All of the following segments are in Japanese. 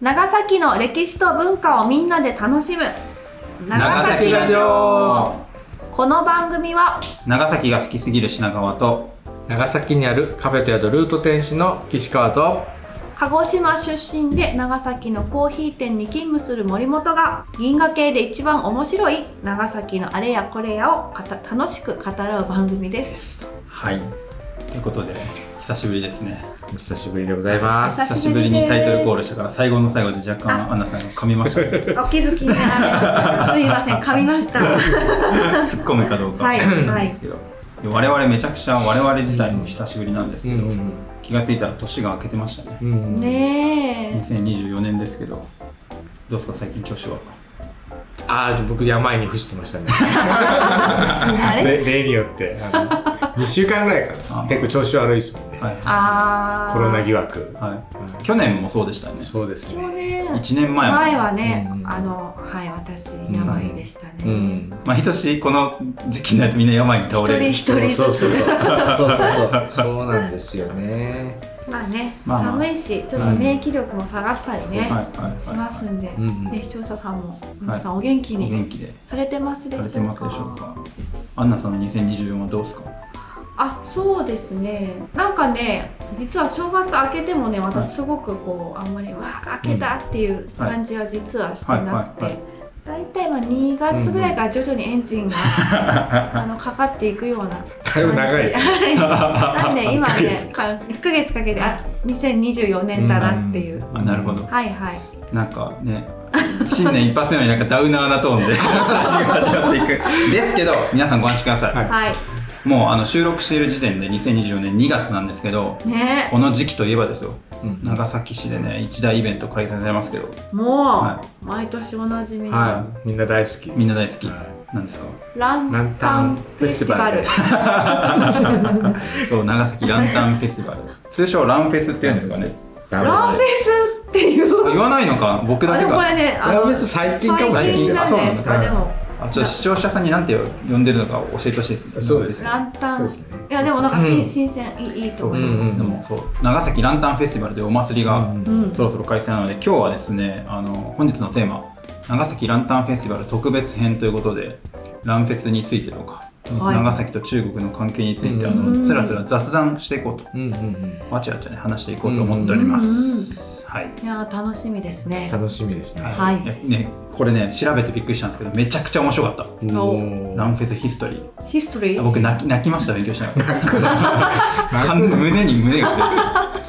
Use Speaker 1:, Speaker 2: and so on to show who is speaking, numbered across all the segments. Speaker 1: 長崎の歴史と文化をみんなで楽しむ
Speaker 2: 長崎ラジオ
Speaker 1: この番組は
Speaker 2: 長崎が好きすぎる品川と
Speaker 3: 長崎にあるカフェと宿ルート店主の岸川と
Speaker 1: 鹿児島出身で長崎のコーヒー店に勤務する森本が銀河系で一番面白い長崎のあれやこれやをかた楽しく語ろう番組です
Speaker 2: はいということで久しぶりですね
Speaker 3: お久しぶりでございます
Speaker 2: 久しぶりにタイトルコールしたから最後の最後で若干アンナさんが噛みましたね
Speaker 1: お気づきになられましたすいません噛みました
Speaker 2: 突っ込むかどうか
Speaker 1: はいは
Speaker 2: ないんですけど、我々めちゃくちゃ我々自体も久しぶりなんです
Speaker 3: う
Speaker 2: け
Speaker 3: ん
Speaker 2: ど、気がついたら年が明けてましたね
Speaker 3: うんうん
Speaker 1: ね
Speaker 2: 2024年ですけどどうですか最近調子は
Speaker 3: ああ僕病に伏してましたね
Speaker 1: えあれ
Speaker 3: で 例によってあの2週間ぐらいか
Speaker 2: あ
Speaker 3: な結構調子悪いですもんね
Speaker 2: はい、は
Speaker 1: あー
Speaker 3: コロナ疑惑
Speaker 2: い、去年もそうでしたね
Speaker 3: そうです
Speaker 1: 去
Speaker 3: ね
Speaker 1: 年
Speaker 2: 1年前も
Speaker 1: 前はね、
Speaker 3: うん
Speaker 1: あのはい私病でしたね、
Speaker 3: うん
Speaker 2: 毎年この時期になるとみんな病に倒れる
Speaker 1: 一人一人
Speaker 3: そう
Speaker 1: ずつ
Speaker 3: そうそうそうそうそうそうなんですよね
Speaker 1: まあね、
Speaker 2: まあまあ
Speaker 1: 寒いしちょっと免疫力も下がったりね、
Speaker 2: はいはいはい
Speaker 1: しますんで、
Speaker 3: うんうん
Speaker 1: ね視聴者さんも皆さんお元気
Speaker 2: お
Speaker 1: に
Speaker 2: 元気で
Speaker 1: されてますでしょ
Speaker 2: さ
Speaker 1: う
Speaker 2: れ
Speaker 1: か
Speaker 2: てますでしょうかアンナさんの2024はどうですか
Speaker 1: あそうですねなんかね実は正月明けてもね私すごくこうあんまりわあ明けたっていう感じは実はしてなく
Speaker 2: はい
Speaker 1: て。大体まあ2月ぐらいから徐々にエンジンが、あのかかっていくような
Speaker 3: だいぶ長いですね
Speaker 1: はいなんで今 ね
Speaker 3: 一
Speaker 1: か1ヶ月かけてあ2024年だなっていう、
Speaker 2: あなるほど
Speaker 1: はいはい
Speaker 2: なんかね新年一発目はなんかダウナーな トーンで話が始まっていくですけど皆さんご安心ください、
Speaker 3: は
Speaker 1: はい
Speaker 2: もうあの収録している時点で2024年2月なんですけど
Speaker 1: ね
Speaker 2: この時期といえばですよ、
Speaker 3: うん
Speaker 2: 長崎市でね一大イベント開催されますけど
Speaker 1: もう、
Speaker 2: は
Speaker 1: 毎年おなじみの、
Speaker 3: はいみんな大好き
Speaker 2: みんな大好き
Speaker 3: は
Speaker 2: なんですか
Speaker 1: ラ
Speaker 3: ラ
Speaker 1: ン
Speaker 3: ン
Speaker 1: タ
Speaker 3: タ
Speaker 1: ン
Speaker 3: ン
Speaker 1: フ
Speaker 3: フ
Speaker 1: ェ
Speaker 3: ェ
Speaker 1: ス
Speaker 3: ス
Speaker 1: テ
Speaker 3: テ
Speaker 1: ィ
Speaker 3: ィ
Speaker 1: バ
Speaker 3: バ
Speaker 1: ル
Speaker 3: ル
Speaker 2: そう長崎ランタンフェスティ バル通称ランフェスっていうんですかね
Speaker 1: ランフェスっていう
Speaker 2: あ言わないのか僕だ
Speaker 1: あ
Speaker 2: け
Speaker 1: でもこれ
Speaker 2: が
Speaker 1: ねあ
Speaker 3: ラ
Speaker 1: の
Speaker 3: ンフェス最近かもしれ
Speaker 1: 最
Speaker 3: ない
Speaker 1: 近なんで
Speaker 2: あ
Speaker 1: す
Speaker 2: そう
Speaker 1: か
Speaker 2: なんだ
Speaker 1: でも
Speaker 2: あちょっと視聴者さんになんて呼んでるのか教えてほしいですね
Speaker 3: そうですね
Speaker 1: ランタン、
Speaker 3: そうですね
Speaker 1: いやでもなんかし、
Speaker 3: うん
Speaker 1: 新鮮いいいいと
Speaker 2: そう
Speaker 1: 思い
Speaker 2: そう
Speaker 1: ます、
Speaker 2: でもそう長崎ランタンフェスティバルというお祭りが
Speaker 3: うん
Speaker 1: うん
Speaker 2: そろそろ開催なので今日はですねあの本日のテーマ長崎ランタンフェスティバル特別編ということでランフェスについてとか、
Speaker 1: はい
Speaker 2: 長崎と中国の関係についてあ
Speaker 1: う
Speaker 2: の
Speaker 1: ん
Speaker 2: つらつら雑談していこうと
Speaker 3: うんうんうん
Speaker 2: わちゃわちゃね話していこうと思っております、はい
Speaker 1: いやー楽しみですね
Speaker 3: 楽しみですね
Speaker 1: はい
Speaker 2: やねこれね調べてびっくりしたんですけどめちゃくちゃ面白かった
Speaker 1: お
Speaker 3: ー
Speaker 2: ランフェスヒストリー
Speaker 1: ヒストリ
Speaker 2: あ
Speaker 1: ー
Speaker 2: 僕泣き泣きました勉強しながら かん胸に胸が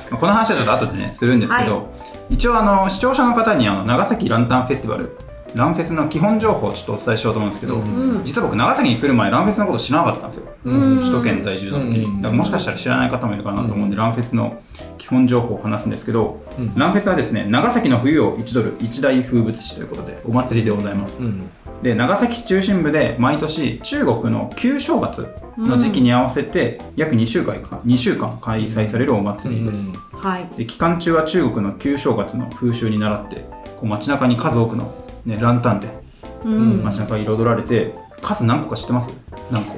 Speaker 2: 出るこの話はちょっと後でねするんですけど、
Speaker 1: は
Speaker 2: 一応あの視聴者の方にあの長崎ランタンフェスティバルランフェスの基本情報をちょっとお伝えしようと思うんですけど、
Speaker 1: うん
Speaker 2: 実は僕長崎に来る前ランフェスのこと知らなかったんですよ、
Speaker 1: うん
Speaker 2: 首都圏在住の時に、
Speaker 3: うん
Speaker 2: だからもしかしたら知らない方もいるかなと思うんで、ランフェスの基本情報を話すんですけど、
Speaker 3: うん
Speaker 2: ランフェスはですね長崎の冬を1ドル一大風物詩ということでお祭りでございます、
Speaker 3: うん
Speaker 2: で長崎市中心部で毎年中国の旧正月の時期に合わせて約2週間か2週間開催されるお祭りです、
Speaker 1: はい
Speaker 2: で期間中は中国の旧正月の風習に習ってこう街中に数多くの、ね、ランタンで
Speaker 1: うん、
Speaker 3: うん
Speaker 2: 街中彩られて数何個か知ってます何個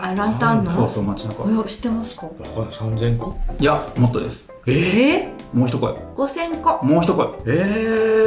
Speaker 1: あランタンの
Speaker 2: そうそう街中
Speaker 1: お知ってますか
Speaker 3: わかんない3000個
Speaker 2: いやもっとです
Speaker 1: え
Speaker 2: もう一声
Speaker 1: 5000個
Speaker 2: もう一声
Speaker 3: え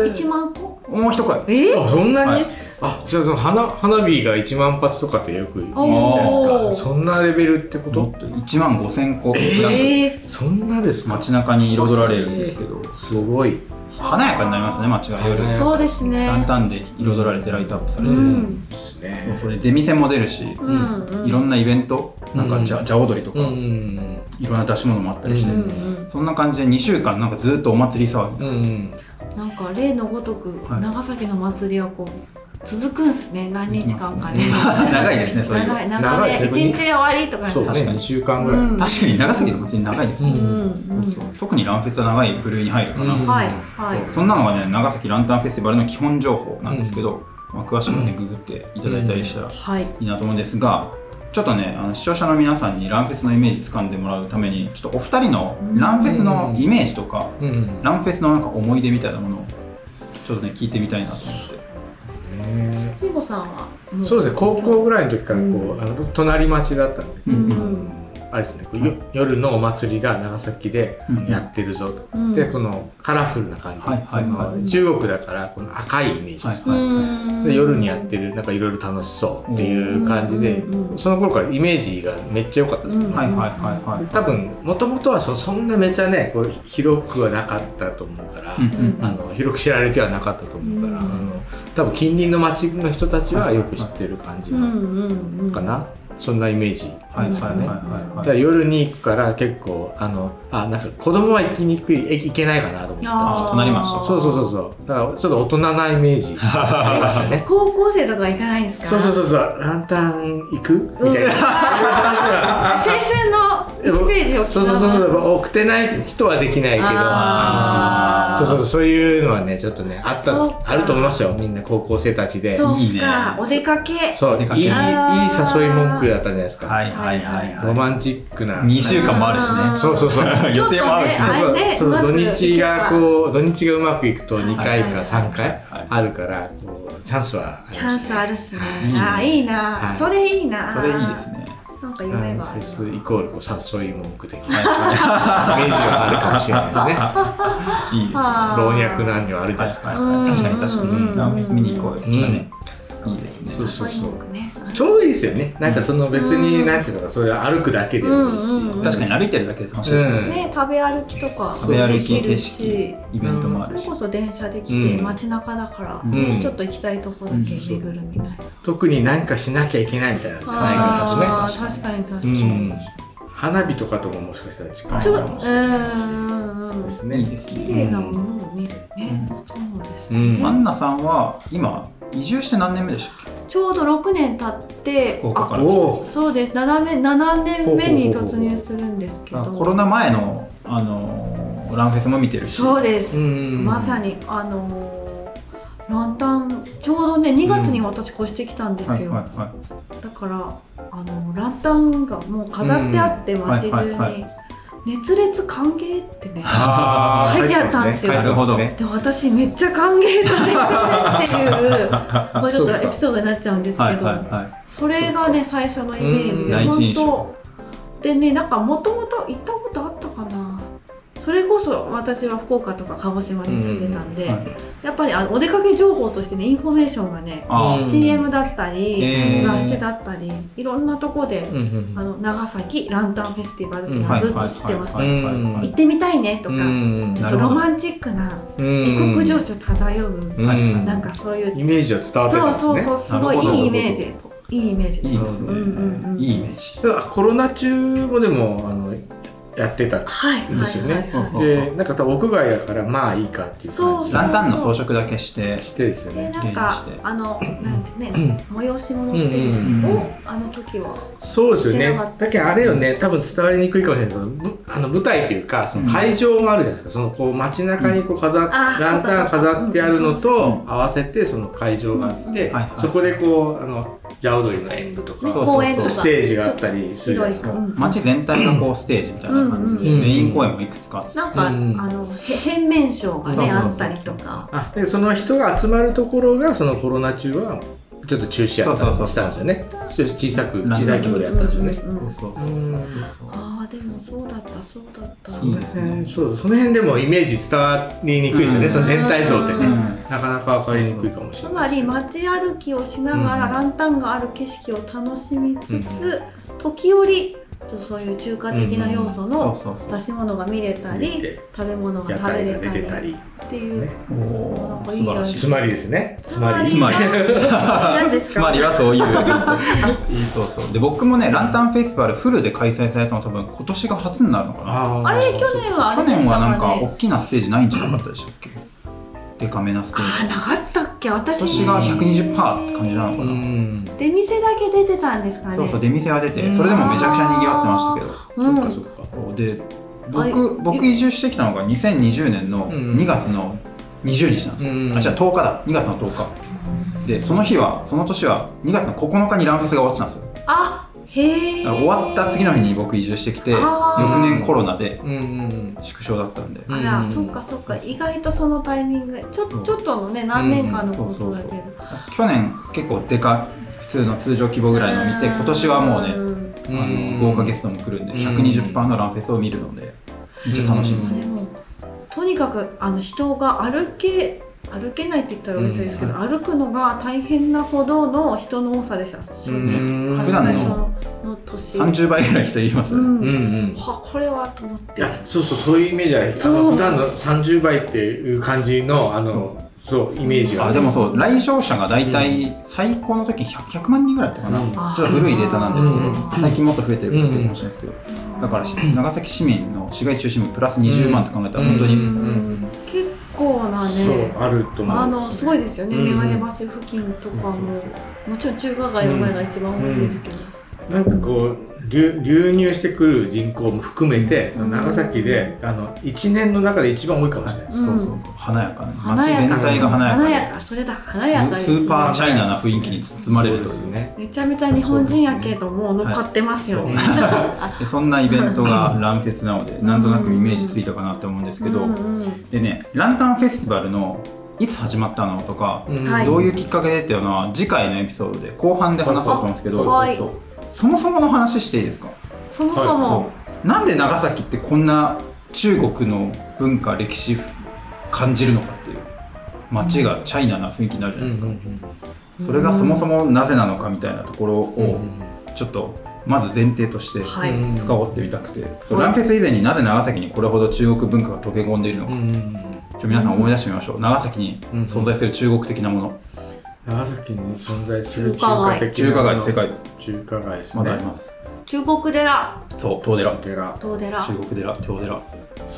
Speaker 3: ー
Speaker 1: 1万個
Speaker 2: もう一声
Speaker 1: え
Speaker 3: あそんなに、
Speaker 2: はい
Speaker 3: あじゃあその花花火が1万発とかってよく言うじゃない
Speaker 1: おー
Speaker 3: ですかそんなレベルってこ
Speaker 2: も
Speaker 3: と
Speaker 2: っと1万5000個ぐらい
Speaker 1: えー、
Speaker 3: そんなですか
Speaker 2: 街中に彩られるんですけど
Speaker 3: すごい
Speaker 2: 華やかになりますね街が夜
Speaker 3: 華やか
Speaker 1: そうですね
Speaker 2: ランタンで彩られてライトアップされて、
Speaker 1: うん
Speaker 3: です
Speaker 2: そう
Speaker 3: ね
Speaker 2: それで出店も出るし、
Speaker 1: うんうん
Speaker 2: いろんなイベントなん
Speaker 3: う
Speaker 2: か
Speaker 3: ん
Speaker 2: じゃ、じゃ踊りとか、
Speaker 3: うんうん
Speaker 2: いろんな出し物もあったりして、
Speaker 3: う
Speaker 1: うん
Speaker 2: そんな感じで2週間なんかずっとお祭り騒ぎ、
Speaker 3: うんうん
Speaker 1: うん、なんか例のごとく
Speaker 2: はい
Speaker 1: 長崎の祭りはこう続くんすね何日間かね
Speaker 2: 長いですねそういう
Speaker 1: 長い長い
Speaker 3: 長い
Speaker 1: ね
Speaker 3: ですね
Speaker 1: 一日で終わりとか
Speaker 3: そうね
Speaker 2: 確かに
Speaker 3: 2週間ぐらい、
Speaker 1: うん
Speaker 2: 確かに長崎の祭り長いです
Speaker 1: う
Speaker 2: ね、
Speaker 1: んうん
Speaker 2: そうそう特にランフェスは長い部類に入るかな、
Speaker 3: うん
Speaker 1: はいはい
Speaker 2: そうそんなのがね長崎ランタンフェスティバルの基本情報なんですけど、まあ、詳しくねググっていただいたりしたら
Speaker 1: はい
Speaker 2: いいなと思うんですがちょっとねあの視聴者の皆さんにランフェスのイメージ掴んでもらうためにちょっとお二人のランフェスのイメージとか、
Speaker 3: うんうん
Speaker 2: ランフェスのなんか思い出みたいなものをちょっとね聞いてみたいなと思って
Speaker 3: へ
Speaker 1: 慎吾さんは
Speaker 3: ーそうですすね高校ぐらいの時からこう、
Speaker 1: うん
Speaker 3: あの隣町だったんで、
Speaker 1: うん
Speaker 3: あのあれですね、こうよ夜のお祭りが長崎で
Speaker 2: うん
Speaker 3: やってるぞと、
Speaker 1: うん
Speaker 3: でこのカラフルな感じ、
Speaker 2: はいはいはい
Speaker 3: その中国だからこの赤いイメージです、
Speaker 2: はいう
Speaker 3: で夜にやってるなんかいろいろ楽しそうっていう感じで、
Speaker 1: うんうん
Speaker 3: その頃からイメージがめっちゃ良かったです、
Speaker 1: うん
Speaker 2: はいはいはいはい
Speaker 3: 多分もともとはそそんなめちゃねこう広くはなかったと思うから、
Speaker 2: うん
Speaker 3: あの広く知られてはなかったと思うから、
Speaker 1: うん
Speaker 3: あの多分近隣の町の人たちはよく知ってる感じ
Speaker 1: う
Speaker 3: なの
Speaker 1: んうんうん
Speaker 3: かな、そんなイメージ
Speaker 2: はいはい
Speaker 3: ですか
Speaker 2: はい
Speaker 3: ね。
Speaker 2: は
Speaker 3: だ
Speaker 2: い
Speaker 3: か
Speaker 2: は
Speaker 3: ら
Speaker 2: い
Speaker 3: 夜に行くから結構あのあなんか子供は行きにくいえ行けないかなと思ったんです
Speaker 1: あー
Speaker 2: となりました
Speaker 3: よそうそうそうそうだからちょっと大人なイメージ ありましたね
Speaker 1: 高校生とかは行かないんですか
Speaker 3: そうそうそうそうランタン行くみたいな
Speaker 1: 青春の1ページを刻
Speaker 3: そう
Speaker 1: む
Speaker 3: そうそうそう送ってない人はできないけど
Speaker 1: あー
Speaker 3: あのそうそうそうそういうのはねちょっとねあっ
Speaker 1: そうか
Speaker 3: たあると思いますよみんな高校生たちで
Speaker 1: そうか
Speaker 2: いいね
Speaker 1: お出かけ
Speaker 3: そういい
Speaker 2: 出か
Speaker 3: い
Speaker 2: け
Speaker 3: いいい
Speaker 1: あー
Speaker 3: 誘い文句だったじゃないですか、
Speaker 2: はいはいはい
Speaker 3: ロ
Speaker 2: は
Speaker 3: マンチックない
Speaker 2: 2週間もあるしね
Speaker 3: そうそうそう
Speaker 1: ちょ
Speaker 2: 予
Speaker 1: っとね
Speaker 2: 定もあるし
Speaker 1: あ
Speaker 2: ね
Speaker 3: そう
Speaker 1: ね
Speaker 3: そうう
Speaker 1: まく
Speaker 3: 土日がこう土日がうまくいくと
Speaker 1: はい
Speaker 3: 2回か3
Speaker 2: はい
Speaker 3: 回
Speaker 2: はい
Speaker 3: あるからこうチャンスはあり
Speaker 1: チ
Speaker 3: ま
Speaker 1: ャン
Speaker 3: す
Speaker 1: ス
Speaker 3: ね
Speaker 1: あるっすね
Speaker 2: いいね
Speaker 1: あーいいな、
Speaker 3: はい
Speaker 1: それいいな
Speaker 2: それいいですね
Speaker 1: なんか
Speaker 3: うん
Speaker 1: 夢があ
Speaker 3: フ
Speaker 1: る
Speaker 3: ェスイコールこう誘い文句的なイメ
Speaker 2: はいは
Speaker 3: ージがあるかもしれない ですね
Speaker 2: いいいですね
Speaker 1: あー
Speaker 3: 老若男女あるじゃないです
Speaker 2: 確か
Speaker 3: か、
Speaker 2: に確かに確か
Speaker 1: うん
Speaker 2: にラーメンフェス見に行こうよとかねいいですね
Speaker 3: そうそうそう
Speaker 1: 誘い文句ね
Speaker 3: ちょうどいいですよねなんかその別
Speaker 1: うん
Speaker 3: になんていうのかそれ歩くだけでもいいし、
Speaker 1: うんうんうん
Speaker 2: 確かに歩いてるだけで楽しいですね
Speaker 3: うん
Speaker 1: ね食べ歩きとか
Speaker 2: 食べ歩き
Speaker 1: でき
Speaker 2: 景
Speaker 1: るし
Speaker 2: 色イベントもあるし
Speaker 1: それこそ電車で来て
Speaker 3: うん
Speaker 1: 街中だから、
Speaker 3: うん
Speaker 1: ちょっと行きたいとこだけ巡るみたいな、
Speaker 3: 特に何かしなきゃいけないみたいなのじゃないか
Speaker 1: あー
Speaker 3: も
Speaker 1: 確かに確か
Speaker 3: しれ
Speaker 1: に、
Speaker 3: ない、うん、花火とかとももしかしたら近い
Speaker 1: ちょっ
Speaker 3: か
Speaker 1: とう
Speaker 3: もしれないし
Speaker 1: ーんうんうん
Speaker 3: です
Speaker 2: いい
Speaker 3: ね
Speaker 2: です
Speaker 1: 綺
Speaker 2: ね
Speaker 1: 麗なものを見るね、そうですね、
Speaker 3: うん
Speaker 2: アンナさんは今移住して何年目でしたっけ
Speaker 1: ちょうど6年経って
Speaker 2: 福岡から
Speaker 3: お
Speaker 1: あ
Speaker 3: お
Speaker 1: そうです7年 ,7 年目に突入するんですけど
Speaker 2: あコロナ前の、あのーランフェスも見てるし
Speaker 1: そうです、
Speaker 3: うん
Speaker 1: まさにあのーランタンちょうどね2月に私越してきたんですよ、
Speaker 2: はいはいはい
Speaker 1: だからあのランタンがもう飾ってあって
Speaker 2: ん
Speaker 1: 街中に、
Speaker 2: はいはい
Speaker 1: 熱烈歓迎ってね
Speaker 3: あー
Speaker 1: 書いてあったんですよ
Speaker 3: 書いてますね
Speaker 1: で私めっちゃ歓迎されてるってい うこれちょっとエピソードになっちゃうんですけど、
Speaker 2: はいはいは
Speaker 1: それがね最初のイメージ
Speaker 3: う
Speaker 1: で
Speaker 2: い第一印象
Speaker 1: 本当でねなんかもともと行ったことあったかなそれこそ私は福岡とか鹿児島に住んでたんで、
Speaker 2: うんうんうんは
Speaker 1: やっぱりあのお出かけ情報としてねインフォメーションがね、
Speaker 2: あー
Speaker 3: うん
Speaker 1: CM だったり、
Speaker 2: えー
Speaker 1: 雑誌だったりいろんなとこで、
Speaker 3: うんうん
Speaker 1: あの長崎ランタンフェスティバルっていうの
Speaker 2: は
Speaker 1: はいずっと知ってました、
Speaker 2: はいはいはいは
Speaker 1: 行っ
Speaker 2: い
Speaker 1: てみたいねと
Speaker 3: う
Speaker 1: か、
Speaker 3: ん
Speaker 1: ちょっ
Speaker 2: な
Speaker 1: と
Speaker 2: るほ
Speaker 1: ロ
Speaker 2: ど
Speaker 1: マンチックな
Speaker 3: うん
Speaker 1: 異国情緒漂う、
Speaker 3: うん
Speaker 1: なんかそういう、
Speaker 3: イメージは伝わってたんです
Speaker 1: そう
Speaker 3: ね
Speaker 1: そうそうすごい
Speaker 2: なるほど
Speaker 1: いいイメージいいイメージ
Speaker 2: いいいですね、
Speaker 1: うんうんうん
Speaker 2: いいイメージ
Speaker 3: だからコロナ中もでもあのやってた
Speaker 1: はいはいはい、はい、
Speaker 3: ですよね
Speaker 2: うんうん
Speaker 3: でなんか多分屋外だからまあいいかっていう感
Speaker 1: そう
Speaker 3: じ
Speaker 2: ランタンの装飾だけして
Speaker 3: してですよ
Speaker 1: で
Speaker 3: ね
Speaker 1: なん
Speaker 2: 原因
Speaker 1: か
Speaker 2: して
Speaker 1: あのなんてね催し物っていうのを、
Speaker 2: うんうんうん
Speaker 1: あの時は
Speaker 3: そうですよ
Speaker 1: して
Speaker 3: ね
Speaker 1: なかった
Speaker 3: だけどあれよね多分伝わりにくいかもしれないけどぶあの舞台というかその会場もあるじゃないですか、そのこう街中にこう飾っ、
Speaker 1: んあー
Speaker 3: ランタン
Speaker 1: そうかそうか
Speaker 3: 飾ってあるの
Speaker 2: うん
Speaker 3: と合わせてその会場があって、
Speaker 2: うんはいはい
Speaker 3: そこでこうあの蛇踊りの演舞とか
Speaker 1: ね
Speaker 2: そうそう
Speaker 1: 公園とか
Speaker 3: ステージがあったりするじゃないですか
Speaker 1: 広いうん
Speaker 2: 街全体がこうステージみたいな感じで、
Speaker 3: うんうん
Speaker 2: メイン公演もいくつかあって
Speaker 1: なんか、
Speaker 3: うん
Speaker 1: あのへ変面賞がね
Speaker 3: そうそうそう
Speaker 1: あったりとか
Speaker 3: あでその人が集まるところがそのコロナ中はちょっと中止やった
Speaker 2: そうそ
Speaker 3: り
Speaker 2: うそう
Speaker 3: したんですよねそれ小さく
Speaker 2: ランタン
Speaker 3: 小さい規模でやったんですよね、
Speaker 1: うんうんうん
Speaker 2: そうそうそうそうそう
Speaker 1: ああでもそうだったそうだった
Speaker 2: いいね
Speaker 3: その辺そうその辺でもイメージ伝わりにくいですよね、
Speaker 2: うん
Speaker 3: その全体像ってね、
Speaker 1: うん
Speaker 3: なかなか分かりにくいかもし
Speaker 1: つ
Speaker 3: れ
Speaker 1: ま
Speaker 3: ない
Speaker 1: り
Speaker 3: ですね
Speaker 1: 街歩きをしながら
Speaker 3: うん
Speaker 1: ランタンがある景色を楽しみつつ、時折ちょっとそういう中華的な要素
Speaker 2: そう
Speaker 1: の
Speaker 2: そうそう
Speaker 1: 出し物が見れた
Speaker 3: 見
Speaker 1: り
Speaker 3: れて
Speaker 1: 食べ物が
Speaker 3: 屋
Speaker 1: 食べ
Speaker 3: 台
Speaker 1: れ
Speaker 3: が出て
Speaker 1: た
Speaker 3: た
Speaker 1: り
Speaker 3: り
Speaker 1: っていう、
Speaker 3: ね
Speaker 2: おー素晴らしい
Speaker 3: つまりですねつまり
Speaker 2: つまり
Speaker 1: 何です
Speaker 2: つ
Speaker 1: か
Speaker 2: まりはそういうイベントそうそうで僕もねランタンフェスティバルフルで開催されたの多分今年が初になるのかな
Speaker 1: あれ去年はあ
Speaker 2: 去
Speaker 1: れでした
Speaker 2: 年
Speaker 1: か
Speaker 2: はなん
Speaker 1: ら
Speaker 2: か
Speaker 1: ね
Speaker 2: 大きなステージないんじゃなかったでしたっけデカめなステー
Speaker 1: あ
Speaker 2: ジ
Speaker 1: なかったっけ私
Speaker 2: 今年が120%って感じなのかな
Speaker 3: うん
Speaker 1: 出店だけ出てたんですかね
Speaker 2: そうそう出店が出てそれでもめちゃくちゃ賑わってました
Speaker 1: うん
Speaker 3: そっかそっか
Speaker 2: けど、で
Speaker 1: あ
Speaker 2: 僕僕移住してきたのが2020年の
Speaker 3: うん
Speaker 2: 2月の20日なんですよ、
Speaker 3: うん
Speaker 2: あ違う10日だ2月の10日でその日はその年は2月の9日にランフェスが終わってたんですよ
Speaker 1: あへえ
Speaker 2: だから終わった次の日に僕移住してきて
Speaker 1: あ
Speaker 3: ー
Speaker 2: 翌年コロナで
Speaker 3: うんうん
Speaker 2: 縮小だったんで
Speaker 1: あら、
Speaker 3: うん
Speaker 1: そっかそっか意外とそのタイミングちょ
Speaker 2: そう
Speaker 1: ちょっとのね何年間の
Speaker 2: そ
Speaker 1: こ
Speaker 2: うそ
Speaker 1: と
Speaker 2: う
Speaker 1: だ
Speaker 2: そ
Speaker 1: け
Speaker 2: う
Speaker 1: ど、
Speaker 2: 去年結構でか普通の通常規模ぐらいの見て今年はもうね
Speaker 1: ね
Speaker 2: あ
Speaker 3: うん
Speaker 2: の豪華ゲストも来るんで
Speaker 3: うん
Speaker 2: 120%のランフェスを見るのでめっちゃ楽しみ
Speaker 3: うん
Speaker 1: まあでもとにかくあの人が歩け歩けないって言ったら別ですけど、
Speaker 3: うん
Speaker 1: 歩くのが大変なほどの人の多さでした正直
Speaker 3: うん
Speaker 1: 初め
Speaker 2: 普段
Speaker 1: のの年
Speaker 2: 30倍ぐらい人います
Speaker 1: う
Speaker 2: ね
Speaker 1: ん
Speaker 3: うんうん
Speaker 1: はこれはと思っ
Speaker 3: い
Speaker 1: て
Speaker 3: やそうそうそういうイメージはあ
Speaker 1: そう
Speaker 3: の普段の30倍っていう感じのあのそうイメージが
Speaker 2: あでもそう来場者が大体最高の時 100, 100万人ぐらいだったかな、
Speaker 3: うん
Speaker 2: ちょっと古いデータなんですけど、
Speaker 3: うん
Speaker 2: 最近もっと増えてるかもしれないですけど、だからし長崎市民の市街地中心部プラス20万って考えたら本当
Speaker 3: う
Speaker 2: に
Speaker 3: んうん
Speaker 1: 結構な
Speaker 3: そう
Speaker 1: ね
Speaker 3: あると思う
Speaker 1: あのすごいですよね、
Speaker 3: うん
Speaker 1: メガネ橋付近とかももちろん中華街の前が一番多いですけど、
Speaker 3: なんかこう流流入してくる人口も含めて、
Speaker 1: うん
Speaker 3: 長崎であの1年の中で一番多いかもしれないです、
Speaker 2: そうそうそう華やかね街
Speaker 1: 華やか
Speaker 2: 全体が華やか
Speaker 1: 華
Speaker 2: で
Speaker 1: やかそれだ華やかです
Speaker 2: ス
Speaker 1: ね
Speaker 2: スーパーチャイナな雰囲気に包まれる
Speaker 3: そ
Speaker 2: と
Speaker 3: う
Speaker 2: い
Speaker 3: で
Speaker 2: う
Speaker 3: すね
Speaker 1: めちゃめちゃ日本人やけども乗っかってますよね、
Speaker 2: でそんなイベントがランフェスなのでなんとなくイメージついたかなと思うんですけど、
Speaker 1: うんうん
Speaker 2: でねランタンフェスティバルのいつ始まったのとか、
Speaker 3: うん
Speaker 1: はい
Speaker 2: どういうきっかけでっていうのは次回のエピソードで後半で話そうと思うんですけど、
Speaker 1: あはい
Speaker 2: そうそもそもの話していいですか、
Speaker 1: そもそも、
Speaker 2: そうなんで長崎ってこんな中国の文化歴史感じるのかっていう街がチャイナな雰囲気になるじゃないですか、それがそもそもなぜなのかみたいなところをちょっとまず前提として
Speaker 1: はい、
Speaker 3: うん
Speaker 2: 深掘ってみたくて、そうランフェス以前になぜ長崎にこれほど中国文化が溶け込んでいるのか、ちょっと皆さん思い出してみましょう長崎に存在する中国的なもの、
Speaker 3: 長崎に存在する中華的な
Speaker 2: 中華街の世界
Speaker 3: 中華街ですね
Speaker 2: まだあります、
Speaker 1: 中国寺
Speaker 2: そう東寺
Speaker 3: お寺
Speaker 1: 東寺
Speaker 2: 中国寺東寺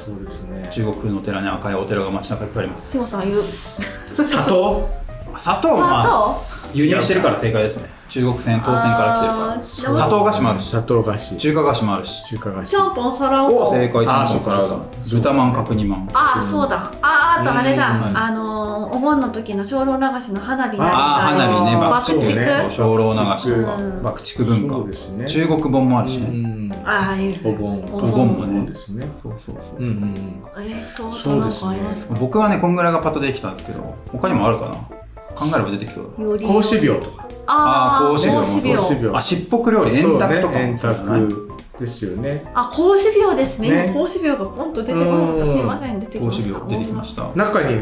Speaker 3: そうですね
Speaker 2: 中国のお寺ね赤いお寺が街中いっぱいあります
Speaker 1: 慎吾さん言う
Speaker 3: 砂糖
Speaker 2: 砂糖は、まあ、輸入してるから正解ですね中国船東船から来てるから
Speaker 1: あー
Speaker 2: 砂糖菓子もあるし
Speaker 3: 砂糖菓子
Speaker 2: 中華菓子もあるし
Speaker 3: 中華菓
Speaker 1: ちゃん
Speaker 3: 子
Speaker 1: ぽん皿を
Speaker 2: お正解ちゃん
Speaker 3: あー
Speaker 2: と
Speaker 3: そう
Speaker 2: お
Speaker 3: か
Speaker 2: 皿
Speaker 3: そうか
Speaker 2: だ豚まん角煮まん
Speaker 1: ああそうだあーあとあれだ、
Speaker 2: うん
Speaker 1: あのーお盆の時の精霊流しの花火なんか
Speaker 2: あー花火ね
Speaker 1: の
Speaker 2: 爆
Speaker 1: 爆
Speaker 2: 竹
Speaker 1: 竹、
Speaker 3: そうね
Speaker 2: そう精霊流しとか
Speaker 1: うん
Speaker 2: 爆竹文
Speaker 3: そう
Speaker 2: 化
Speaker 3: ですね
Speaker 2: 中国本もあるし
Speaker 3: う
Speaker 2: ね
Speaker 3: ん
Speaker 1: ああい
Speaker 3: お
Speaker 1: う
Speaker 3: 盆
Speaker 1: お
Speaker 2: お盆も
Speaker 3: お
Speaker 2: ね
Speaker 3: 盆ですね
Speaker 2: そうそうそう
Speaker 3: うんうん
Speaker 1: えー、っとあと
Speaker 3: そう
Speaker 1: な
Speaker 3: で
Speaker 1: ん
Speaker 3: す
Speaker 1: か
Speaker 3: ね
Speaker 1: ありますか
Speaker 2: 僕はねこんぐらいがパッと出てきたんですけど他にもあるかな考えれば出てきそう
Speaker 1: より
Speaker 3: 格子病とか
Speaker 1: ああ
Speaker 2: あー
Speaker 1: 格
Speaker 2: 格
Speaker 1: 子病
Speaker 2: 子病
Speaker 3: 格子
Speaker 2: だ
Speaker 3: 病
Speaker 2: あしっぽく料理
Speaker 3: そう
Speaker 2: 円
Speaker 3: ね
Speaker 2: 卓とかも
Speaker 3: 円
Speaker 2: そうじゃない
Speaker 3: 卓ですよね
Speaker 1: あ格子病ですね
Speaker 3: ね
Speaker 1: 格子病がポンと出てこなかったすいません出てきま
Speaker 2: 格子
Speaker 1: した
Speaker 2: 病出てきました
Speaker 3: 中に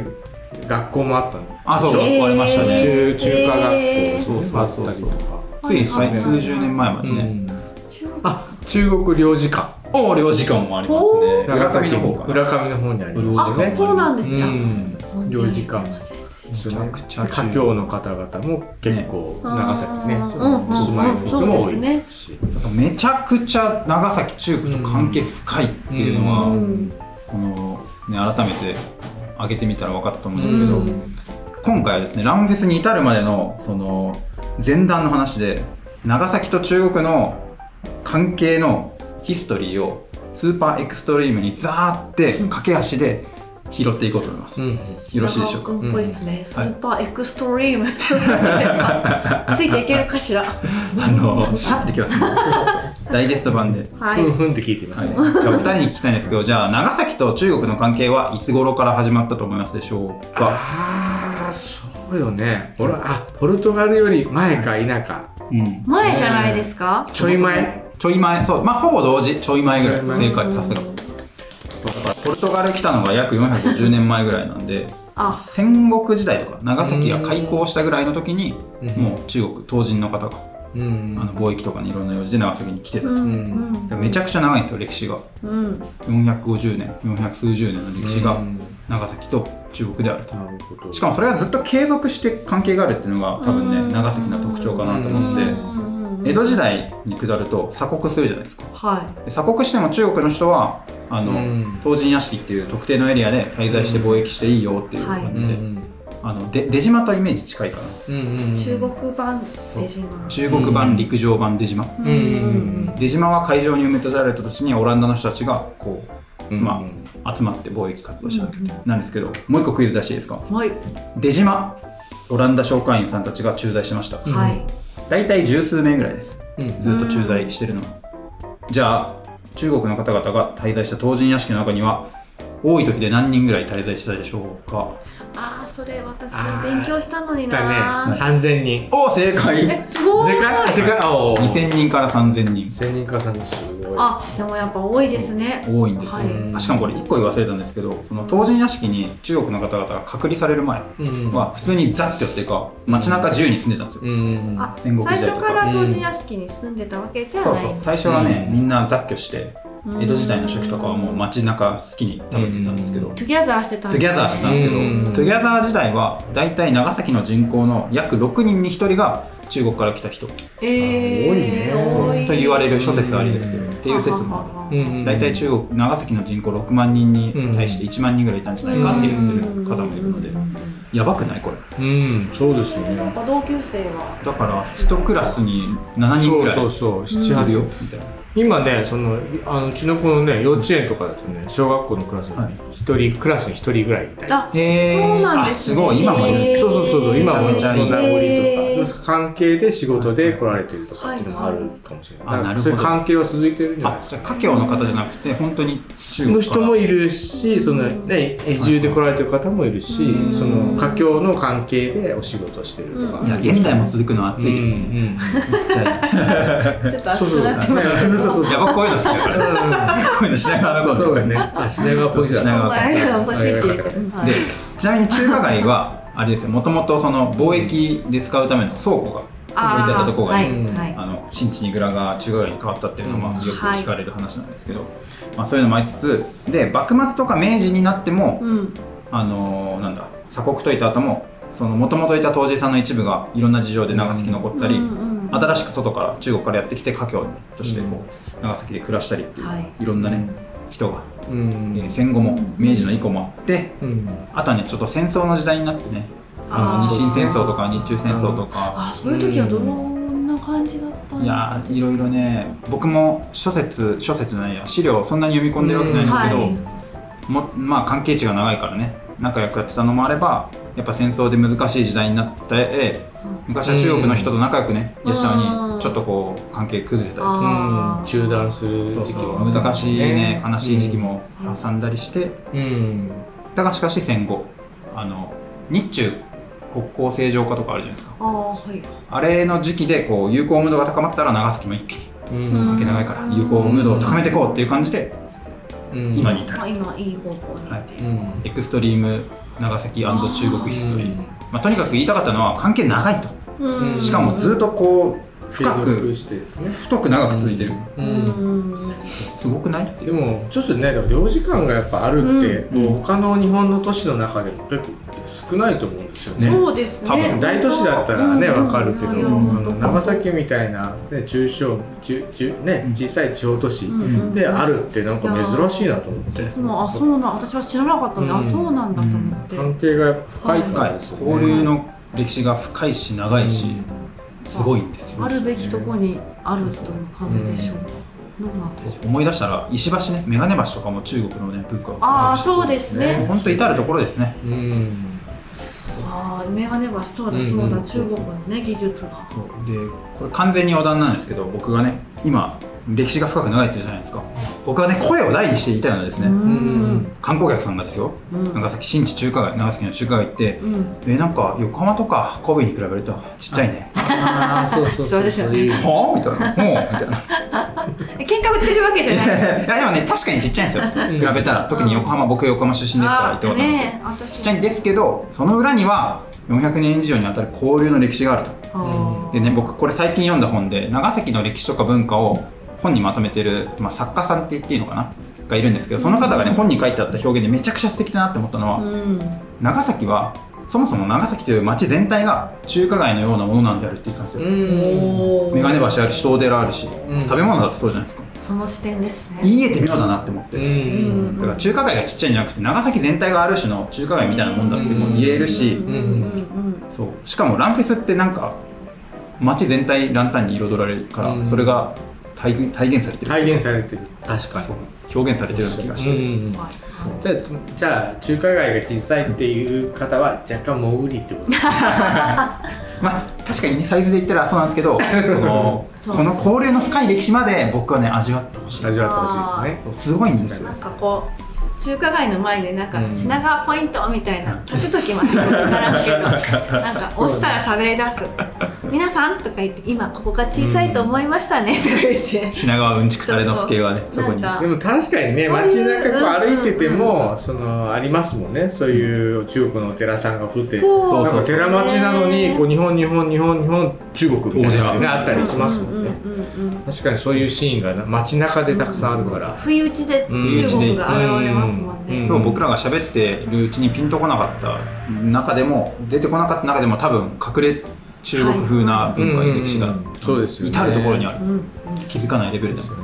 Speaker 3: 学校もあったの
Speaker 2: あそう
Speaker 3: でしょ
Speaker 2: 終わりましたね
Speaker 3: 中中華学
Speaker 2: そうそう
Speaker 3: 校あったりとか
Speaker 2: つい最数十年前まで
Speaker 3: う
Speaker 2: ね
Speaker 3: ん
Speaker 1: 中国
Speaker 3: あ中国領事館
Speaker 2: お領事館もあります
Speaker 1: お
Speaker 2: ね浦上の方かな
Speaker 3: 浦上の方にあり
Speaker 2: 領
Speaker 3: ま
Speaker 2: 事
Speaker 3: す
Speaker 2: 館
Speaker 3: ね
Speaker 1: あそうなんですね、
Speaker 3: うん
Speaker 1: 存じ上
Speaker 3: 領
Speaker 1: げ
Speaker 3: 事
Speaker 1: てま
Speaker 3: 館
Speaker 1: せん
Speaker 3: ですよね
Speaker 2: めちゃくちゃ
Speaker 3: 華僑の方々も結構長崎ね
Speaker 1: ね
Speaker 3: その
Speaker 1: うんうん
Speaker 3: 住まいの人も多
Speaker 1: そう
Speaker 3: い
Speaker 1: で
Speaker 3: し
Speaker 2: めちゃくちゃ長崎中国と関係深いっていうのは、
Speaker 1: う
Speaker 3: うんん
Speaker 2: このね改めて挙げてみたら分かったと思うん
Speaker 1: う
Speaker 2: ですけど、
Speaker 1: ん
Speaker 2: 今回はですねランフェスに至るまでのその前段の話で長崎と中国の関係のヒストリーをスーパーエクストリームにザーって駆け足で拾っていこうと思います、
Speaker 3: うん
Speaker 2: よろしいでしょうか
Speaker 1: 長尾君っぽいですね、ス
Speaker 2: はい
Speaker 1: ーパーエクストリーム、ついていけるかしらは
Speaker 2: あのさってき ますねダイジェスト版で
Speaker 1: い、
Speaker 3: ふんふんって聞いてます
Speaker 2: はい、
Speaker 3: ね
Speaker 2: じゃあお二人に聞きたいんですけど、じゃあ長崎と中国の関係はいつ頃から始まったと思いますでしょうか。
Speaker 3: ああそうよね俺はあポルトガルより前か否か
Speaker 2: うん、
Speaker 1: 前じゃないですか、
Speaker 3: ちょい前
Speaker 2: ちょい前、そう、まあほぼ同時、ちょい前ぐらい、
Speaker 3: ちょい前
Speaker 2: 正解、さすが。ポルトガル来たのが約450年前ぐらいなんで、
Speaker 1: あ
Speaker 2: 戦国時代とか長崎が開港したぐらいの時に、
Speaker 3: うん
Speaker 2: もう中国当人の方が、
Speaker 3: うん
Speaker 2: あの貿易とかにいろんな用事で長崎に来てた
Speaker 1: う
Speaker 2: と。
Speaker 1: ん
Speaker 2: でめちゃくちゃ長いんですよ歴史が
Speaker 1: うんうん
Speaker 2: 450年400数十年の歴史が
Speaker 3: うん
Speaker 2: 長崎と中国であると
Speaker 3: なるほど
Speaker 2: しかもそれがずっと継続して関係があるっていうのが多分ね、
Speaker 1: うん
Speaker 2: 長崎の特徴かなと思っ
Speaker 1: う
Speaker 2: て、
Speaker 1: んうん
Speaker 2: 江戸時代に下ると鎖国するじゃないですか
Speaker 1: は
Speaker 2: で鎖国しても中国の人はあの、
Speaker 3: うん
Speaker 2: 唐人屋敷っていう特定のエリアで滞在して貿易していいよっていう
Speaker 1: はい
Speaker 2: 感
Speaker 3: う
Speaker 2: じで、
Speaker 3: ん
Speaker 2: あので出島とイメージ近いかな
Speaker 3: うんうんうん
Speaker 1: い中国版出島
Speaker 2: 中国版陸上版出島、
Speaker 1: う
Speaker 3: うんうん
Speaker 1: ん
Speaker 2: 出島は海上に埋め立てられた年にオランダの人たちがこ
Speaker 3: うん
Speaker 2: まう集まって貿易活動したわけで、なんですけどもう一個クイズ出していいですか
Speaker 1: はい
Speaker 2: 出島オランダ商会員さんたちが駐在してました、
Speaker 3: うん
Speaker 1: はい
Speaker 2: 大体十数名ぐらいです
Speaker 3: うん
Speaker 2: ずっと駐在してるのはじゃあ中国の方々が滞在した唐人屋敷の中には多い時で何人ぐらい滞在したでしょうか
Speaker 1: ああそれ私
Speaker 3: あー
Speaker 1: 勉強したのに
Speaker 3: したね
Speaker 1: な、
Speaker 3: 3000人
Speaker 2: お正解
Speaker 1: えすごい
Speaker 3: 世界世界おー
Speaker 2: 2000人から3000人
Speaker 3: 1000人か3000人すごい
Speaker 1: あでもやっぱ多いですね
Speaker 2: 多いんですよ、
Speaker 1: は
Speaker 3: うん
Speaker 2: あしかもこれ1個言い忘れたんですけどその当人屋敷に中国の方々が隔離される前
Speaker 3: うん
Speaker 2: は普通にザッてやっていうか街中自由に住んでたんですよ、
Speaker 3: うん
Speaker 1: あ最
Speaker 2: 戦国時代
Speaker 1: 初
Speaker 2: とか
Speaker 1: から当人屋敷に住んでたわけじゃ
Speaker 2: そう
Speaker 1: ない
Speaker 2: そう最初はね、
Speaker 3: うん
Speaker 2: みんな雑居して
Speaker 1: うん
Speaker 2: 江戸時代の初期とかはもう街中好きに食べてたんですけど、
Speaker 1: トゥギャザーしてたん
Speaker 2: トゥギャザーしてたんですけど、
Speaker 3: うん
Speaker 2: トゥギャザー時代は大体長崎の人口の約6人に1人が中国から来た人と
Speaker 1: えー、
Speaker 3: 多いね
Speaker 2: 言われる諸説ありですけ
Speaker 3: う
Speaker 2: ど、
Speaker 3: ん
Speaker 2: っていう説もある
Speaker 1: あ
Speaker 3: うんうん
Speaker 2: 大体中国長崎の人口6万人に対して1万人ぐらいいたんじゃないかって言ってる方もいるのでやばくないこれ
Speaker 3: うんそうですよ
Speaker 1: やっ
Speaker 3: ね
Speaker 1: ぱ同級生は
Speaker 2: だから1クラスに7人
Speaker 3: そ
Speaker 2: ぐ
Speaker 3: う
Speaker 2: らい
Speaker 3: そうそう78
Speaker 2: いるよ
Speaker 3: 人
Speaker 2: みたいな
Speaker 3: 今ねそのあのうちの子のね幼稚園とかだとね小学校のクラス
Speaker 2: はい
Speaker 3: に一人、クラスに一人ぐらいいたり
Speaker 1: あ
Speaker 2: へー
Speaker 1: そうなんです、ね、
Speaker 2: あすごい今もいるんです
Speaker 3: そうそうそうそう今も
Speaker 2: めちゃ
Speaker 3: そ
Speaker 2: めちゃいい
Speaker 3: の名
Speaker 1: へ
Speaker 3: 残
Speaker 1: ー
Speaker 3: とか関係で仕事で来られてるとかっていうのもあるかもしれない、
Speaker 2: は
Speaker 3: だか
Speaker 2: いはいあな
Speaker 3: ら
Speaker 2: るほ
Speaker 3: そう
Speaker 2: ど
Speaker 3: いう関係は続いてるんじゃない
Speaker 2: あ
Speaker 3: です
Speaker 2: じ
Speaker 3: か
Speaker 2: ゃあ華僑の方じゃなくて本当に中
Speaker 3: の
Speaker 2: 国
Speaker 3: 人もいるしその、ね、移住で来られてる方もいるし、
Speaker 2: うん
Speaker 3: その華僑の関係でお仕事してるとか、
Speaker 1: う
Speaker 2: いや現代も続くのは暑いですね、
Speaker 3: うんうん
Speaker 2: じゃあ
Speaker 1: ちょっと
Speaker 3: そ
Speaker 1: 熱く
Speaker 3: うそうそう
Speaker 1: なってます
Speaker 3: そう
Speaker 2: やばこういうの好きだからこういうのしながらこう
Speaker 3: そうだねあ品川ポジだ
Speaker 2: 品川
Speaker 1: 前欲しいって言って
Speaker 2: でちなみに中華街はあれですよもともとその貿易で使うための倉庫が置いて
Speaker 1: あ
Speaker 2: あったとこが
Speaker 1: は
Speaker 2: あ
Speaker 1: い
Speaker 2: る
Speaker 1: はい
Speaker 2: あの新地に蔵が中華街に変わったっていうのはまあよく聞かれる話なんですけど、まあ、そういうのもありつつで幕末とか明治になっても、
Speaker 1: うん
Speaker 2: あのーなんだ鎖国といた後もそのもともといた当時さんの一部がいろんな事情で長崎に残ったり、
Speaker 1: うんうん
Speaker 2: 新しく外から中国からやってきて華僑としてこう長崎で暮らしたりっていう、、
Speaker 1: はい
Speaker 2: ろんなね人が、
Speaker 3: う
Speaker 2: え
Speaker 3: ん
Speaker 2: ー戦後も明治の以降もあって
Speaker 3: うん
Speaker 2: あとはねちょっと戦争の時代になってね
Speaker 1: あー
Speaker 2: あの日清戦争とか日中戦争とか
Speaker 1: あそういう時はどんな感じだったん
Speaker 2: いやーいろいろね僕も諸説諸説じゃないや資料をそんなに読み込んでるわけないんですけど、
Speaker 1: うん
Speaker 2: もまあ関係値が長いからね仲良くやってたのもあればやっぱ戦争で難しい時代になって昔は中国の人と仲良くね
Speaker 1: うん
Speaker 2: やってたの
Speaker 1: うん
Speaker 2: にちょっとこう関係崩れたりとか
Speaker 1: あー
Speaker 3: うん中断する
Speaker 2: そう
Speaker 3: 時期
Speaker 2: そう
Speaker 3: も
Speaker 2: 難しいね悲しい時期も
Speaker 1: うん
Speaker 2: 挟んだりして
Speaker 3: うん
Speaker 2: だがしかし戦後あの日中国交正常化とかあるじゃないですか
Speaker 1: あーはい
Speaker 2: あれの時期でこう友好ムードが高まったら長崎も一気に
Speaker 3: うん
Speaker 1: うん
Speaker 2: 関係長いから友好ムードを高めていこうっていう感じで
Speaker 3: うん
Speaker 2: 今に至
Speaker 1: ま
Speaker 2: る
Speaker 1: あ今いい方向に行って
Speaker 3: う
Speaker 1: る
Speaker 3: ん
Speaker 2: エクストリーム長崎中国ヒストリー
Speaker 3: うん
Speaker 2: まあ、とにかく言いたかったのは関係長いと
Speaker 1: うん
Speaker 2: しかもずっとこう
Speaker 3: 継
Speaker 2: 深
Speaker 3: 続
Speaker 2: く
Speaker 3: してですね
Speaker 2: 太く長く続いてる、
Speaker 3: う
Speaker 1: うんん
Speaker 2: すごくないってい
Speaker 3: で
Speaker 2: う
Speaker 3: もちょっとねでも領事館がやっぱあるって、
Speaker 2: うん
Speaker 3: こう他の日本の都市の中でも結構少ないと思うんですよね
Speaker 2: ね
Speaker 1: そうです
Speaker 2: 多
Speaker 1: ね
Speaker 2: 分
Speaker 3: 大都市だったらねわかるけど、
Speaker 1: うん
Speaker 3: あの長崎みたいな、ね、中小中中、ね、小さい地方都市
Speaker 1: うん
Speaker 3: であるってなんか珍しいなと思って、
Speaker 1: いつもあそうなん私は知らなかったので
Speaker 3: うん
Speaker 1: あそうなんだと思って
Speaker 3: 関係がやっぱ深い
Speaker 2: 深
Speaker 3: から
Speaker 2: い
Speaker 3: ですよね
Speaker 2: 交流の歴史が深いし長いし、すごいんです
Speaker 1: あ
Speaker 2: よ
Speaker 1: るべきとこにあるという感じでしょうかどうなんでしょう
Speaker 2: 思い出したら石橋ね眼鏡橋とかも中国のね文化
Speaker 1: ああそうですね
Speaker 2: 本当至る所ですね
Speaker 3: うん
Speaker 1: ああ、メガネ橋、そうだ、
Speaker 3: うん
Speaker 1: そう
Speaker 3: う
Speaker 1: だ、
Speaker 3: ん
Speaker 1: 中国のね、技術が。
Speaker 2: そうでこれ完全に余談なんですけど僕がね今歴史が深く長いって言うじゃないですか僕はね声を大にして言いたいのはですね、
Speaker 1: うん
Speaker 3: ん
Speaker 2: 観光客さんがですよ
Speaker 1: うん
Speaker 2: 長崎新地中華街長崎の中華街行って、
Speaker 1: うん。
Speaker 2: えなんか横浜とか神戸に比べるとちっちゃいね
Speaker 3: ああそうそう
Speaker 1: そうですよね
Speaker 3: い
Speaker 2: はあみたいな「もう」みたいな
Speaker 1: え喧嘩売ってるわけじゃない。
Speaker 2: いやでもね確かにちっちゃいんですよ比べたら特に横浜僕横浜出身ですから行ったことないんですけ
Speaker 1: ねえ、私
Speaker 2: どちっちゃいんですけどその裏には400年以上にわたる交流の歴史があると
Speaker 1: あー
Speaker 2: でね僕これ最近読んだ本で長崎の歴史とか文化を本にまとめてる、まあ、作家さんって言っていいのかながいるんですけどその方がね本に書いてあった表現でめちゃくちゃ素敵だなって思ったのは、
Speaker 1: うん。
Speaker 2: 長崎はそもそも長崎という町全体が中華街のようなものなんであるって言ってたんですよ、
Speaker 3: うん
Speaker 1: おー
Speaker 2: 眼鏡橋あるし東寺あるし、
Speaker 3: ん
Speaker 2: 食べ物だってそうじゃないですか
Speaker 1: その視点ですね。
Speaker 2: 言い得て妙だなって思って、
Speaker 3: う
Speaker 2: だから中華街がちっちゃいんじゃなくて長崎全体がある種の中華街みたいなもんだってもう言えるし、
Speaker 1: うんうんうん
Speaker 2: そうしかもランフェスってなんか町全体ランタンに彩られるから、
Speaker 3: うん
Speaker 2: それが体現体現されてる、
Speaker 3: 体現されてる確か
Speaker 2: 表現されてるような気が
Speaker 3: に
Speaker 2: して、
Speaker 3: うん
Speaker 1: うんはい
Speaker 3: じゃあじゃあ中華街が小さいっていう方は若干潜りってこと
Speaker 2: まあ確かにねサイズで言ったらそうなんですけどこの
Speaker 1: そう
Speaker 2: この交流の深い歴史まで僕はね味わってほしい
Speaker 3: 味わってほしいですね
Speaker 2: そうすごいんです
Speaker 1: な
Speaker 2: よ
Speaker 1: んかこう。中華街の前でなん
Speaker 3: う
Speaker 1: か
Speaker 3: ん
Speaker 1: 品川ポイントみたいな立てときますここからだけど なんか押したら喋り出す「皆さん」とか言って「今ここが小さいと思いましたね」とか言って
Speaker 2: 品川うんちくたれの助がね
Speaker 1: そ
Speaker 2: そうこ
Speaker 1: そう
Speaker 2: に
Speaker 1: なんか
Speaker 3: でも確かにね
Speaker 1: そう
Speaker 3: 街
Speaker 1: いう
Speaker 3: 中こう
Speaker 1: うん
Speaker 3: 歩いてて
Speaker 1: う
Speaker 3: もそのありますもんねそういう中国のお寺さんが降って
Speaker 1: そう
Speaker 3: なんか寺町なのにこう日本日本日本日本中国みたいなの
Speaker 2: お
Speaker 3: ね
Speaker 2: 寺
Speaker 3: あったりしますもんね
Speaker 1: うんうんうんうん
Speaker 3: 確かにそういうシーンがな街中でたくさんあるから
Speaker 1: 不意打ちで中国が現れますもんね、
Speaker 3: うん
Speaker 2: 今日僕らが喋っているうちにピンとこなかった中でも出てこなかった中でも多分隠れ中国風な文化
Speaker 3: うんうんうん
Speaker 2: 歴史が
Speaker 3: そうですよね
Speaker 2: 至る所にある
Speaker 1: うんうん
Speaker 2: 気づかないレベル
Speaker 3: で
Speaker 2: だ
Speaker 3: すよね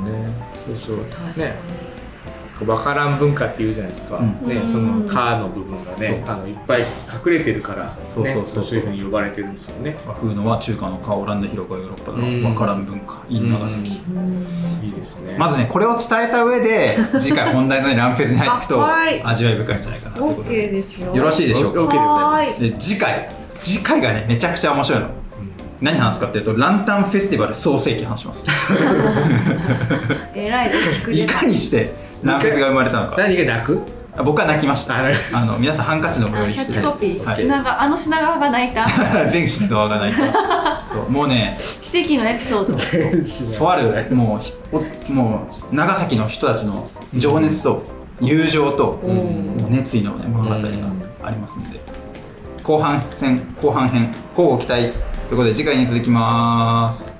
Speaker 3: そう
Speaker 1: 確
Speaker 3: そ
Speaker 1: か
Speaker 3: う
Speaker 1: に
Speaker 3: ねわからん文化って言うじゃないですか、
Speaker 2: うん
Speaker 3: ね
Speaker 1: うん
Speaker 3: その「か」の部分がねあのいっぱい隠れてるから、ね、
Speaker 2: そうそうそ
Speaker 3: い
Speaker 2: う
Speaker 3: うふうに呼ばれてるんですよね
Speaker 2: 和風のは中華のかオランダ広がヨーロッパだ
Speaker 3: うん
Speaker 2: ろわからん文化 in 長崎
Speaker 1: うん
Speaker 3: いいですね
Speaker 2: まずねこれを伝えた上で次回本題のねランフェスに入っていくと
Speaker 1: あはい
Speaker 2: 味わい深いんじゃないかなということ
Speaker 1: OK
Speaker 2: で
Speaker 1: ですよ
Speaker 2: よろしいでしょうか
Speaker 3: OK でございます
Speaker 1: はーい
Speaker 2: で次回次回がねめちゃくちゃ面白いの、何話すかっていうとランタンフェスティバル創世記話します
Speaker 1: 偉いです聞く
Speaker 2: い
Speaker 1: ね
Speaker 2: かにしてランフェスが生まれたのか
Speaker 3: 何が 泣く
Speaker 2: あ僕は泣きまし
Speaker 3: あ
Speaker 2: た
Speaker 3: 泣
Speaker 2: あの皆さんハンカチのご
Speaker 1: キ
Speaker 2: 用
Speaker 1: ャ
Speaker 2: 意し
Speaker 1: ッ
Speaker 2: て
Speaker 1: チコピー、
Speaker 2: はい
Speaker 1: 品川あの品川が泣いた
Speaker 2: 全品川がないからそうもうね
Speaker 1: 奇跡のエピソード
Speaker 2: とあるもうひおもう長崎の人たちの情熱と友情と、
Speaker 1: うん
Speaker 2: もう熱意の、ね、物語がありますので、後半戦後半編交互期待ということで次回に続きます